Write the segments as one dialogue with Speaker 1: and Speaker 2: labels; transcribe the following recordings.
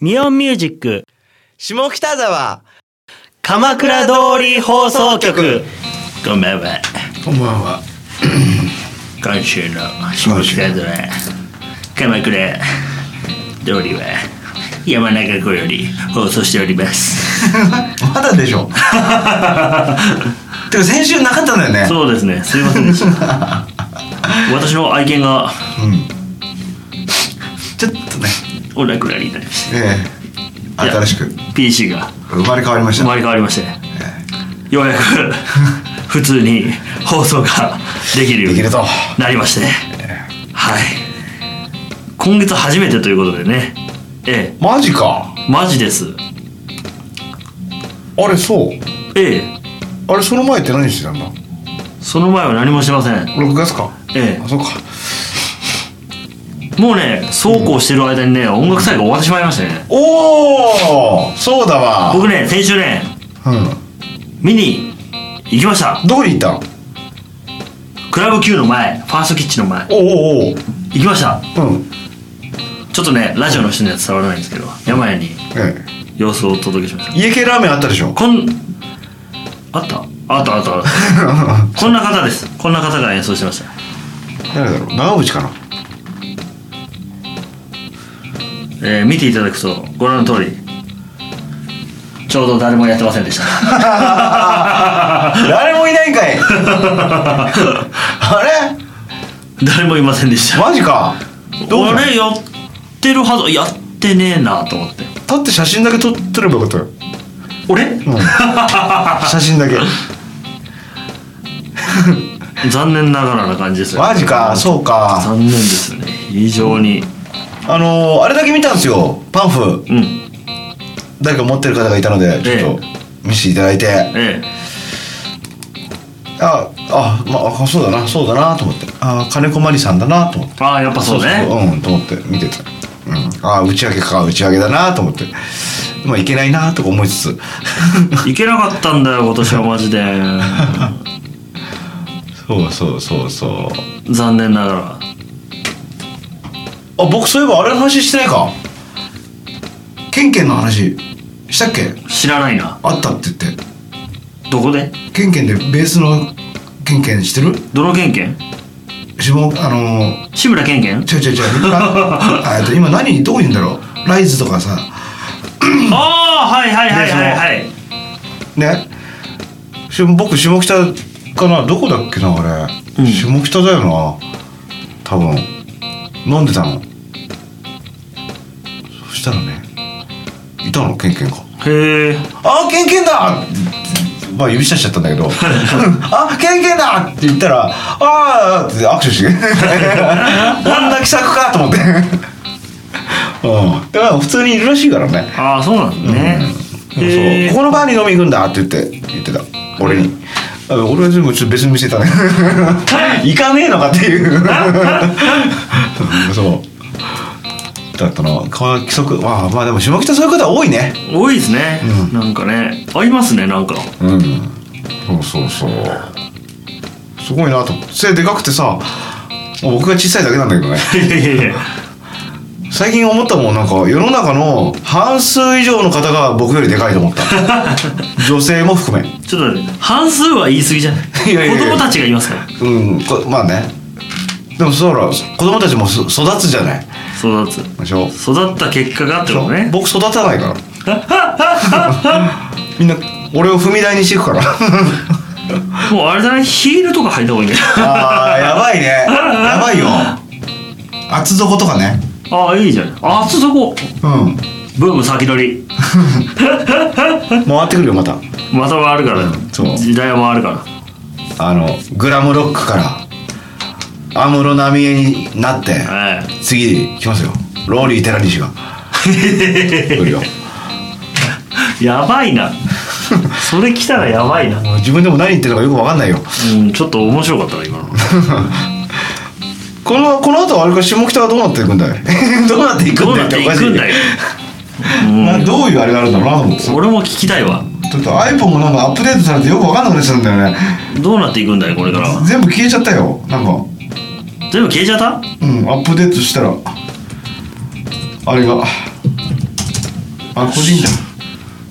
Speaker 1: ミオンミュージック
Speaker 2: 下北沢
Speaker 1: 鎌倉通り放送局こんばんは
Speaker 3: こんばんは。
Speaker 1: 今週の下北沢鎌倉通りは山中湖より放送しております
Speaker 3: まだでし ょ。てか先週なかったんだよね。
Speaker 1: そうですねすいませんでした 私の愛犬が
Speaker 3: うん。ちょっとね、
Speaker 1: お亡くなりになりまし
Speaker 3: ええ
Speaker 1: いや
Speaker 3: 新しく
Speaker 1: た PC が
Speaker 3: 生まれ変わりまし
Speaker 1: 生
Speaker 3: た。
Speaker 1: まれ変わりましてようやく普通に放送ができるよう
Speaker 3: で
Speaker 1: に
Speaker 3: きると。
Speaker 1: なりましてはい今月初めてということでねえ
Speaker 3: マジか。
Speaker 1: えマジです
Speaker 3: あれそう。
Speaker 1: ええ
Speaker 3: あれその前って何してたんだ。
Speaker 1: その前は何もしてません
Speaker 3: 6月か。
Speaker 1: え
Speaker 3: あそうか。
Speaker 1: えもうねそうこうしてる間にね音楽祭が終わってしまいましたね
Speaker 3: おお、そうだわ。
Speaker 1: 僕ね先週ね
Speaker 3: うん。
Speaker 1: 見に行きました
Speaker 3: どこに行ったの？
Speaker 1: クラブ Q の前ファーストキッチンの前
Speaker 3: おおお
Speaker 1: 行きました
Speaker 3: お。うん。
Speaker 1: ちょっとねラジオの人には伝わらないんですけど山屋に
Speaker 3: え
Speaker 1: 様子をお届けしました
Speaker 3: え。家系ラーメンあったでし ょ。
Speaker 1: こんあったあったあったあったこんな方ですこんな方が演奏してました
Speaker 3: 誰だろう。長渕かな。
Speaker 1: えー見ていただくとご覧の通りちょうど誰もやってませんでした
Speaker 3: 誰もいないんかい。 あれ？
Speaker 1: 誰もいませんでした
Speaker 3: マジかどう
Speaker 1: あ
Speaker 3: だ
Speaker 1: れやってるはずやってねえなと思って
Speaker 3: 立って写真だけ撮ってればよかったよ、
Speaker 1: 俺、
Speaker 3: うん、写真だけ
Speaker 1: 残念ながらな感じですよ
Speaker 3: マジかそうか
Speaker 1: 残念ですね非常に
Speaker 3: あのー、あれだけ見たんですよパンフ
Speaker 1: うん
Speaker 3: 誰か持ってる方がいたのでちょっと見せていただいて、
Speaker 1: ええ
Speaker 3: ああまああそうだなそうだなと思ってあ金子まりさんだなと思って
Speaker 1: ああやっぱそうね
Speaker 3: そううんと思って見てた、うん、あ打ち上げか打ち上げだなと思ってまあいけないなとか思いつつ
Speaker 1: 行けなかったんだよ今年はマジで
Speaker 3: そうそうそうそう
Speaker 1: 残念ながら
Speaker 3: あ僕そういえばあれの話してないかケンケンの話したっけ
Speaker 1: 知らないな
Speaker 3: あったって言って
Speaker 1: どこで
Speaker 3: ケンケンでベースのケンケンしてる
Speaker 1: どの県県
Speaker 3: 下あの
Speaker 1: 志村けんけん
Speaker 3: ー、ちょいちょいちょいあえっと今何どこいるんだろうライズとかさ
Speaker 1: ああはいはいはいはいはい
Speaker 3: ねし僕下北かなどこだっけなあれ、
Speaker 1: うん
Speaker 3: 下北だよな多分飲んでたのそしたらねいたのケンケンが
Speaker 1: へえ
Speaker 3: あーケンケンだまあ指さしちゃったんだ けど「あケンケンだ!」って言ったら「ああ」って握手して こんな気さくかと思って うんだから普通にいるらしいからね、
Speaker 1: ああそうなんだね
Speaker 3: そう
Speaker 1: へえ
Speaker 3: ここのバーに飲み行くんだって言って言ってた俺に、あ俺は全部ちょっと別に見せたね行かねえのかっていう そうだったなか規則まあまあでも下北そういう方多いね
Speaker 1: 多いですね
Speaker 3: う
Speaker 1: なんかね合いますねなんか
Speaker 3: うんそうそうそうすごいなと思って背でかくてさもう僕が小さいだけなんだけどね
Speaker 1: いやいやいや
Speaker 3: 最近思ったもんなんか世の中の半数以上の方が僕よりでかいと思った女性も含め
Speaker 1: ちょっと待って半数は言い過ぎじゃない
Speaker 3: いやいやいや
Speaker 1: 子供たちがいますから
Speaker 3: うんこまあねでもそうだろ子供たちもそ育つじゃない
Speaker 1: 育つ
Speaker 3: でしょ
Speaker 1: 育った結果がってことね
Speaker 3: 僕育たないから みんな俺を踏み台にしていくから
Speaker 1: もうあれだねヒールとか履いた方 がいいんじゃない
Speaker 3: あーやばいねやばいよ厚底とかね
Speaker 1: ああいいじゃんあそこ
Speaker 3: うん
Speaker 1: ブーム先取り
Speaker 3: 回ってくるよまた
Speaker 1: またはあるから
Speaker 3: そう
Speaker 1: 時代もあるから
Speaker 3: あのグラムロックから安室奈美恵になって
Speaker 1: え
Speaker 3: 次来ますよローリー・寺西が来るよ
Speaker 1: えやば いなそれ来たらやばいな
Speaker 3: もう自分でも何言ってるのかよく分かんないよ
Speaker 1: うんちょっと面白かったな今の
Speaker 3: このこの後あれか下北はどうなっていくんだい どうなっていく
Speaker 1: ど
Speaker 3: ん
Speaker 1: う
Speaker 3: だ
Speaker 1: な
Speaker 3: いっ
Speaker 1: ってて
Speaker 3: お
Speaker 1: い
Speaker 3: かし
Speaker 1: く
Speaker 3: い
Speaker 1: ん
Speaker 3: ね
Speaker 1: だよ
Speaker 3: などういうあれがあるんだろうなと思って
Speaker 1: 俺も聞きたいわ
Speaker 3: ちょっと iPhone もなんかアップデートされてよく分かんなくなっちゃうんだよね
Speaker 1: どうなっていくんだよこれからは
Speaker 3: 全部消えちゃったよなんか
Speaker 1: 全部消えちゃった
Speaker 3: うんアップデートしたらあれがあ個人だ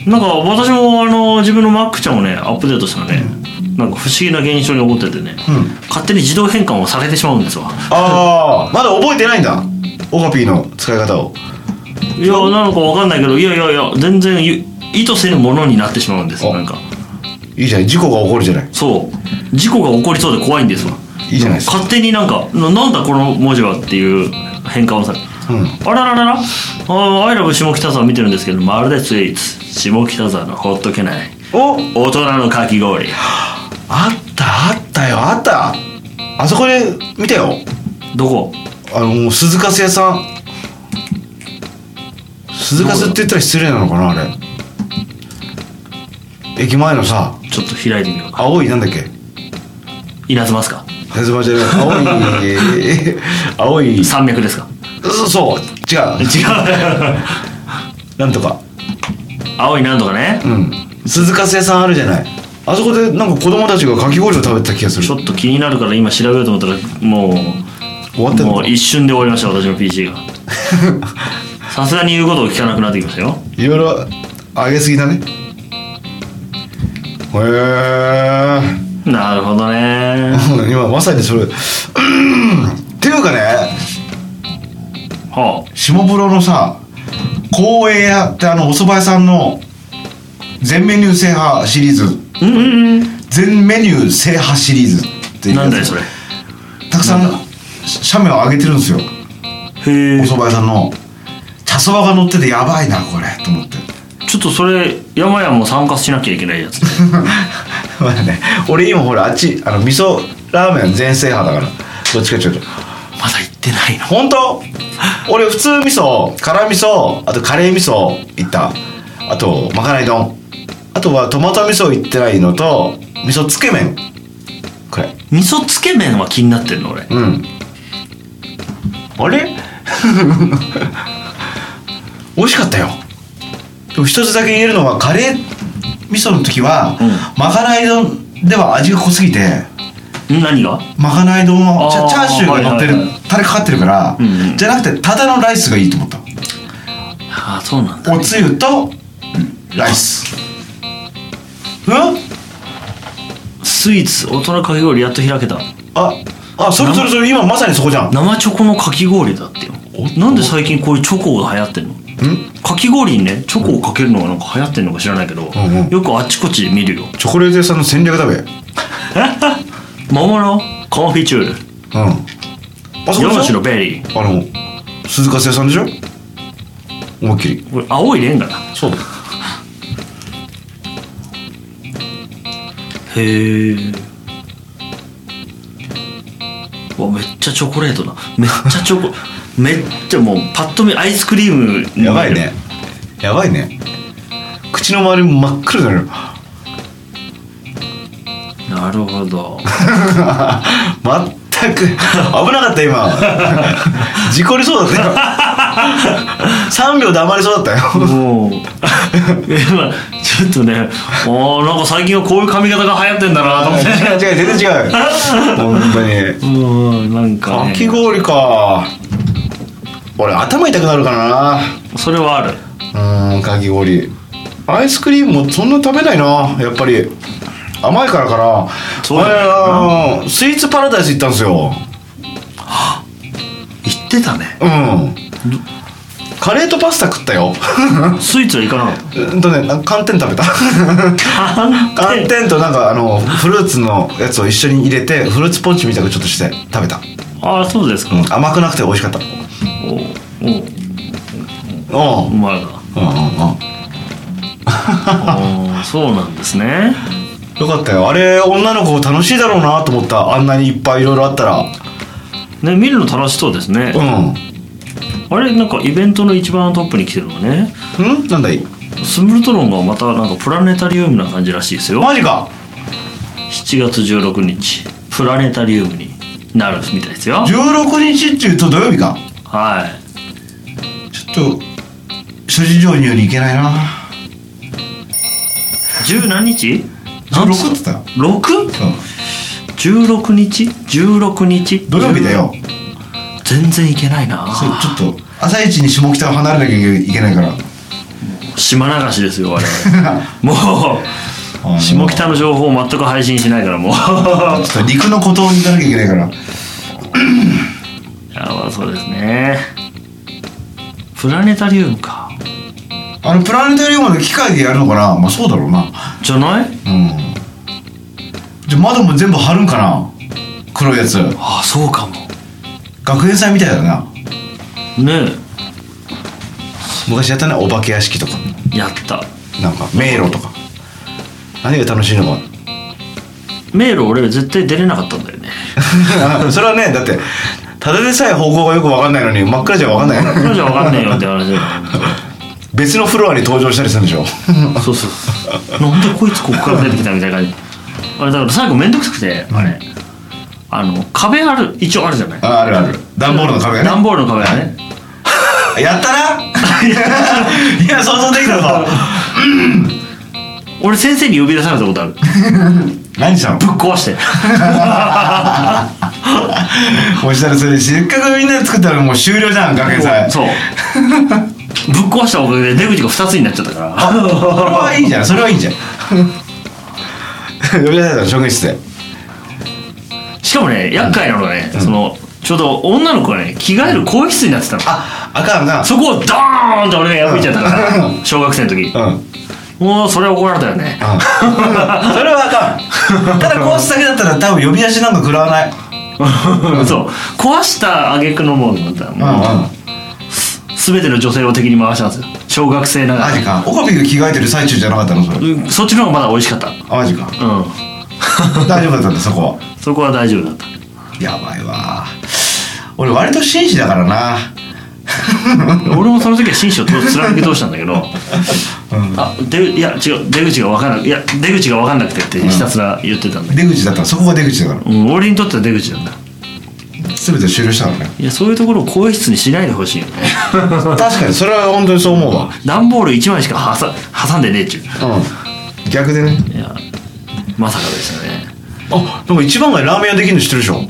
Speaker 1: なんか私もあの自分の Mac ちゃんをねアップデートしたらね、なんか不思議な現象に起こっててね、
Speaker 3: ん
Speaker 1: 勝手に自動変換をされてしまうんですわ
Speaker 3: ああまだ覚えてないんだオカピーの使い方を
Speaker 1: いやなのかわかんないけどいやいやいや全然ゆ意図せぬものになってしまうんです
Speaker 3: あ
Speaker 1: なんか
Speaker 3: いいじゃない事故が起こるじゃない
Speaker 1: そう事故が起こりそうで怖いんですわ
Speaker 3: いいじゃないですか
Speaker 1: 勝手になんかななんだこの文字はっていう変換をされ
Speaker 3: うん
Speaker 1: あららららあーアイラブ下北沢見てるんですけどまるでスイーツ下北沢のほっとけない
Speaker 3: お
Speaker 1: 大人のかき氷
Speaker 3: あったあったよあったあそこで見たよ
Speaker 1: どこ
Speaker 3: あの鈴鹿屋さん鈴鹿って言ったら失礼なのかなあれ駅前のさ
Speaker 1: ちょっと開いてみようか
Speaker 3: 青いなんだっ け
Speaker 1: 稲妻ですか
Speaker 3: ヘズマじゃない青いえー 青い
Speaker 1: 山脈ですか
Speaker 3: そそう違う
Speaker 1: 違う
Speaker 3: なんとか
Speaker 1: 青いなんとかね
Speaker 3: うん鈴鹿屋さんあるじゃないあそこでなんか子供たちがかき氷を食べてた気がす る
Speaker 1: ちょっと気になるから今調べようと思ったらもう
Speaker 3: 終わってんの
Speaker 1: もう一瞬で終わりました私の PC がさすがに言うことを聞かなくなってきましたよ
Speaker 3: いろいろ上げすぎだねへえ
Speaker 1: なるほど ね
Speaker 3: うん今まさにそれうーんっていうかね
Speaker 1: は
Speaker 3: 下風呂のさ公営屋ってあのお蕎麦屋さんの全メニュー制覇シリーズ
Speaker 1: あうんうんうん
Speaker 3: 全メニュー制覇シリーズっていうや
Speaker 1: な
Speaker 3: つ
Speaker 1: んだよそれ
Speaker 3: たくさ
Speaker 1: なんんだ
Speaker 3: 写メを上げてるんですよお
Speaker 1: へえ
Speaker 3: 蕎麦屋さんの茶そばが乗っててやばいなこれと思って
Speaker 1: ちょっとそれ山々も参加しなきゃいけないやつ
Speaker 3: まあね俺今ほらあっちあの味噌ラーメン全制覇だからどっちかちょっと
Speaker 1: まだ行ってないの
Speaker 3: 本当俺普通味噌辛味噌あとカレー味噌いったあとまかない丼あとはトマト味噌いってないのと味噌つけ麺これ
Speaker 1: 味噌つけ麺は気になってんの俺
Speaker 3: うんあれ 美味しかったよでも一つだけ言えるのはカレー味噌の時は、
Speaker 1: うん
Speaker 3: まかない丼では味が濃すぎて
Speaker 1: ん何が
Speaker 3: まかない丼はチ
Speaker 1: あ
Speaker 3: ャ
Speaker 1: ー
Speaker 3: チャーシューが乗ってる、
Speaker 1: はいはいは
Speaker 3: タレかかってるから、
Speaker 1: うんうん
Speaker 3: じゃなくてただのライスがいいと思った
Speaker 1: ああそうなんだ
Speaker 3: おつゆとライスうん
Speaker 1: スイーツ大人かき氷やっと開けた
Speaker 3: ああそれそれそれ今まさにそこじゃん
Speaker 1: 生チョコのかき氷だってよ
Speaker 3: お
Speaker 1: なんで最近こういうチョコが流行ってんのかき氷にねチョコをかけるのがなんか流行ってんのか知らないけど、
Speaker 3: んうん
Speaker 1: よくあっちこっちで見るよ
Speaker 3: チョコレート屋さんの戦略食べうん
Speaker 1: 桃のコンフィチュール
Speaker 3: あそこ
Speaker 1: 山
Speaker 3: でし
Speaker 1: 梨
Speaker 3: ょ
Speaker 1: のベリー
Speaker 3: あの鈴鹿製さんでしょ思いっきり
Speaker 1: これ青いレンガだ
Speaker 3: そうだ
Speaker 1: へえわめっちゃチョコレートだめっちゃチョコめっちゃもうパッと見アイスクリームに見える
Speaker 3: やばいねやばいね口の周りも真っ黒 だよ
Speaker 1: なるほど
Speaker 3: まったく危なかった今 事故りそうだったよ 3秒黙りそうだったよ
Speaker 1: も う今ちょっとねおーなんか最近はこういう髪型が流行ってんだなと思っ
Speaker 3: 違
Speaker 1: て
Speaker 3: う違う全然違 う本当に
Speaker 1: うんなんか、
Speaker 3: か
Speaker 1: ね、
Speaker 3: き氷か俺頭痛くなるか
Speaker 1: それはある
Speaker 3: なうーんかき氷アイスクリームもそんな食べないなやっぱり甘いからかな
Speaker 1: そうだね
Speaker 3: 俺あのスイーツパラダイス行ったんですよ
Speaker 1: 言ってたね
Speaker 3: うんカレーとパスタ食ったよ
Speaker 1: スイーツは行かなかった
Speaker 3: うんとねなんか寒天 食べた
Speaker 1: 寒
Speaker 3: 寒天となんかあのフルーツのやつを一緒に入れてフルーツポンチみたいなのちょっとして食べた、
Speaker 1: ああそうですか、
Speaker 3: うん、甘くなくて美味しかったうん
Speaker 1: おうおう
Speaker 3: うん
Speaker 1: うまいな
Speaker 3: うんうんうん
Speaker 1: あーそうなんですね
Speaker 3: よかったよあれ女の子楽しいだろうなと思ったあんなにいっぱいいろいろあったら
Speaker 1: ね見るの楽しそうですね、
Speaker 3: うん
Speaker 1: あれなんかイベントの一番トップに来てるのはね
Speaker 3: うんなんだい
Speaker 1: スムルトロンがまたなんかプラネタリウムな感じらしいですよ
Speaker 3: マジか
Speaker 1: 7月16日プラネタリウムになるみたいですよ
Speaker 3: 16日っていうと土曜日か
Speaker 1: は
Speaker 3: ちょっと諸事情によりいけないない
Speaker 1: 十何日
Speaker 3: 16って言ったよ
Speaker 1: 6?16 日 ?16 日
Speaker 3: 土曜日だよ
Speaker 1: 全然いけないな
Speaker 3: そうちょっと朝一に下北を離れなきゃいけないから
Speaker 1: 島流しですよ我々も
Speaker 3: あの
Speaker 1: う下北の情報を全く配信しないからもう あ
Speaker 3: ちょっと陸の孤島に行かなきゃいけないから
Speaker 1: まあそうですねプラネタリウムか
Speaker 3: あのプラネタリウムの機械でやるのかなまあそうだろうな
Speaker 1: じゃない
Speaker 3: うんじゃあ窓も全部貼るんかな黒いやつ
Speaker 1: ああそうかも
Speaker 3: 学園祭みたいだな
Speaker 1: ね
Speaker 3: 昔やったねお化け屋敷とか
Speaker 1: えやった
Speaker 3: なんか迷路とか何が楽しいのか
Speaker 1: 迷路俺絶対出れなかったんだよね
Speaker 3: それはねだってただでさえ方向がよく分かんないのに真っ暗じゃ分かんない
Speaker 1: 彼女わかんねえよって話だよ
Speaker 3: 別のフロアに登場したりするんでしょ
Speaker 1: そうそうそうなんでこいつこっから出てきたみたいな感じあれだから最後めんどくさくてあれあの壁ある一応あるじゃない
Speaker 3: ああるある段ボールの壁がね
Speaker 1: 段ボールの壁がね
Speaker 3: やったな いや想像できたぞ
Speaker 1: 俺先生に呼び出されたことあるぶ
Speaker 3: 何したの
Speaker 1: っ壊 して
Speaker 3: おっしゃるそれせっかくみんなで作ったらもう終了じゃん学園祭
Speaker 1: そうぶっ壊したおかげで出口が2つになっちゃったから
Speaker 3: そ れはいいじゃんそれはいいじ ゃん呼び出されたの職員室で
Speaker 1: しかもね厄介なのがね、そのちょうど女の子がね着替える更衣室になってたの、
Speaker 3: ああかんな
Speaker 1: そこをドーンって俺が破いちゃったから、小学生の時、
Speaker 3: うん、うん、
Speaker 1: もうそれ怒られたよね、
Speaker 3: それはあかんただコースだけだったら多分呼び出しなんか食らわない
Speaker 1: そう壊した挙句のもんだったら
Speaker 3: うんう
Speaker 1: も
Speaker 3: ん
Speaker 1: う全ての女性を敵に回したんですよ小学生なが
Speaker 3: マジ
Speaker 1: ら
Speaker 3: かオカピが着替えてる最中じゃなかったのそれ
Speaker 1: うんそっちの方がまだ美味しかったう
Speaker 3: あマジか
Speaker 1: ん
Speaker 3: 大丈夫だったんだそこは
Speaker 1: そこは大丈夫だった
Speaker 3: やばいわ俺割と紳士だからな
Speaker 1: 俺もその時は紳士をと貫き通したんだけど、あでいや違う出口が分かんないいや出口が分かんなくてってひたすら言ってたんだけ
Speaker 3: 出口だったそこが出口だから
Speaker 1: ど、うん俺にとっては出口なんだ
Speaker 3: 全て終了したのね
Speaker 1: いやそういうところを更衣室にしないでほしいよね
Speaker 3: 確かにそれは本当にそう思うわ
Speaker 1: 段ボール1枚しかはさ挟んでねえっちゅう
Speaker 3: うん逆でね
Speaker 1: いやまさかでしたね
Speaker 3: あでも一番街ラーメン屋できるの知ってるでしょ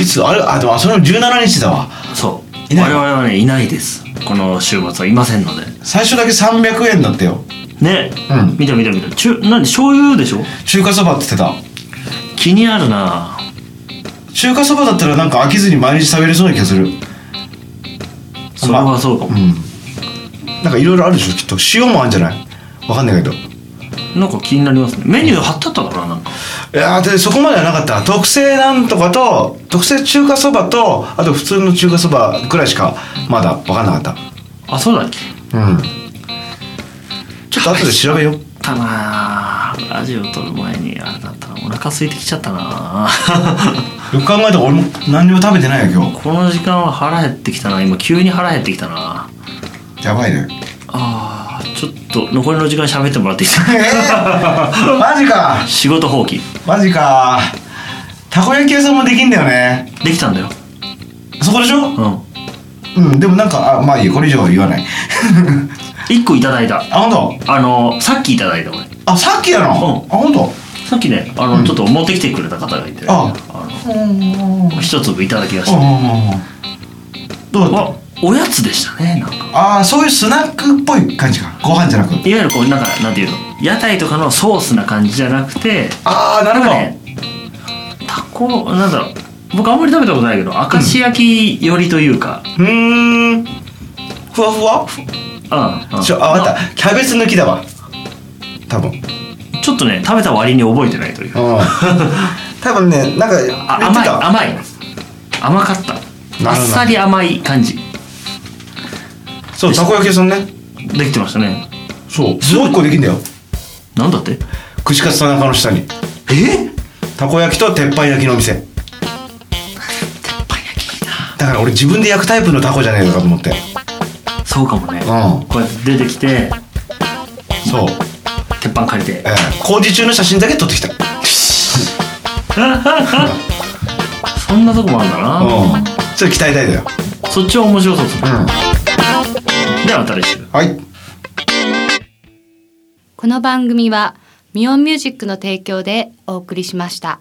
Speaker 3: いつあれあでもあそれも17日だわ
Speaker 1: そう
Speaker 3: いない
Speaker 1: 我々はねいないですこの週末はいませんので
Speaker 3: 最初だけ300円だったよ
Speaker 1: ね、
Speaker 3: うん
Speaker 1: 見た見た見た中何醤油でしょ
Speaker 3: 中華そばって言ってた
Speaker 1: 気になるな
Speaker 3: 中華そばだったらなんか飽きずに毎日食べれそうな気がする
Speaker 1: それはそうかも、
Speaker 3: なんかいろいろあるでしょきっと塩もあるんじゃないわかんないけど
Speaker 1: なんか気になりますねメニュー貼ってあったからなんか
Speaker 3: いやーでそこまではなかった特製なんとかと特製中華そばとあと普通の中華そばくらいしかまだわかんなかっ
Speaker 1: あそうだっけ
Speaker 3: たうんちょっと後で調べよう
Speaker 1: たなあラジオ撮る前にあれだったらお腹空いてきちゃったな あ
Speaker 3: よく考えたら俺も何にも食べてないよ今
Speaker 1: この時間は腹減ってきたな今急に腹減ってきたな
Speaker 3: 日やばいね
Speaker 1: あーちょっと残りの時間喋ってもらっていいですか
Speaker 3: えー、 マジか
Speaker 1: 仕事放棄
Speaker 3: マジかたこ焼き屋さんもできんだよね
Speaker 1: できたんだよ
Speaker 3: そこでしょ
Speaker 1: うん
Speaker 3: うんでもなんかあまあいいよこれ以上は言 わない
Speaker 1: 1個いただいた
Speaker 3: あ本
Speaker 1: あのさっきいただいた俺
Speaker 3: 当あさっきやな、
Speaker 1: う
Speaker 3: あ本当
Speaker 1: さっきねあの、ちょっと持ってきてくれた方がいてね
Speaker 3: あ
Speaker 1: の一粒いただきまし
Speaker 3: うんう
Speaker 1: た
Speaker 3: んうんどうだっ
Speaker 1: わおやつでしたねなんか
Speaker 3: たああそういうスナックっぽい感じかご飯じゃなく
Speaker 1: いわゆるこうなんかなんていうの屋台とかのソースな感じじゃなくて
Speaker 3: ああな
Speaker 1: な
Speaker 3: る
Speaker 1: ん
Speaker 3: ほ
Speaker 1: か
Speaker 3: ど、
Speaker 1: ねたこなんだろう僕あんまり食べたことないけど明石焼き寄りというか
Speaker 3: うーんふわふわ
Speaker 1: うん、うん、
Speaker 3: ちょあわかったキャベツ抜きだわ多分
Speaker 1: たちょっとね食べた割に覚えてないという
Speaker 3: うん 多分ねなんか
Speaker 1: あ
Speaker 3: 言
Speaker 1: 甘
Speaker 3: って
Speaker 1: い
Speaker 3: た
Speaker 1: 甘い甘かった
Speaker 3: ど
Speaker 1: あっさり甘い感じ
Speaker 3: そうたこ焼き屋さんね
Speaker 1: できてましたね
Speaker 3: そうもう一個できんだよ
Speaker 1: なんだって
Speaker 3: 串カツ田中の下に
Speaker 1: え
Speaker 3: たこ焼きと鉄板焼きのお店
Speaker 1: パン焼き
Speaker 3: だから俺自分で焼くタイプのタコじゃねえのかと思って
Speaker 1: そうかもね、
Speaker 3: うん
Speaker 1: こうやって出てきて
Speaker 3: そう、
Speaker 1: 鉄板借りて
Speaker 3: えー工事中の写真だけ撮ってきた
Speaker 1: そんなとこもあるんだな、
Speaker 3: うんそれ鍛えたいだよ
Speaker 1: そっちは面白そうです
Speaker 3: う
Speaker 1: ね
Speaker 3: ん
Speaker 1: ではまた来週
Speaker 3: はい
Speaker 4: この番組はミオンミュージックの提供でお送りしました。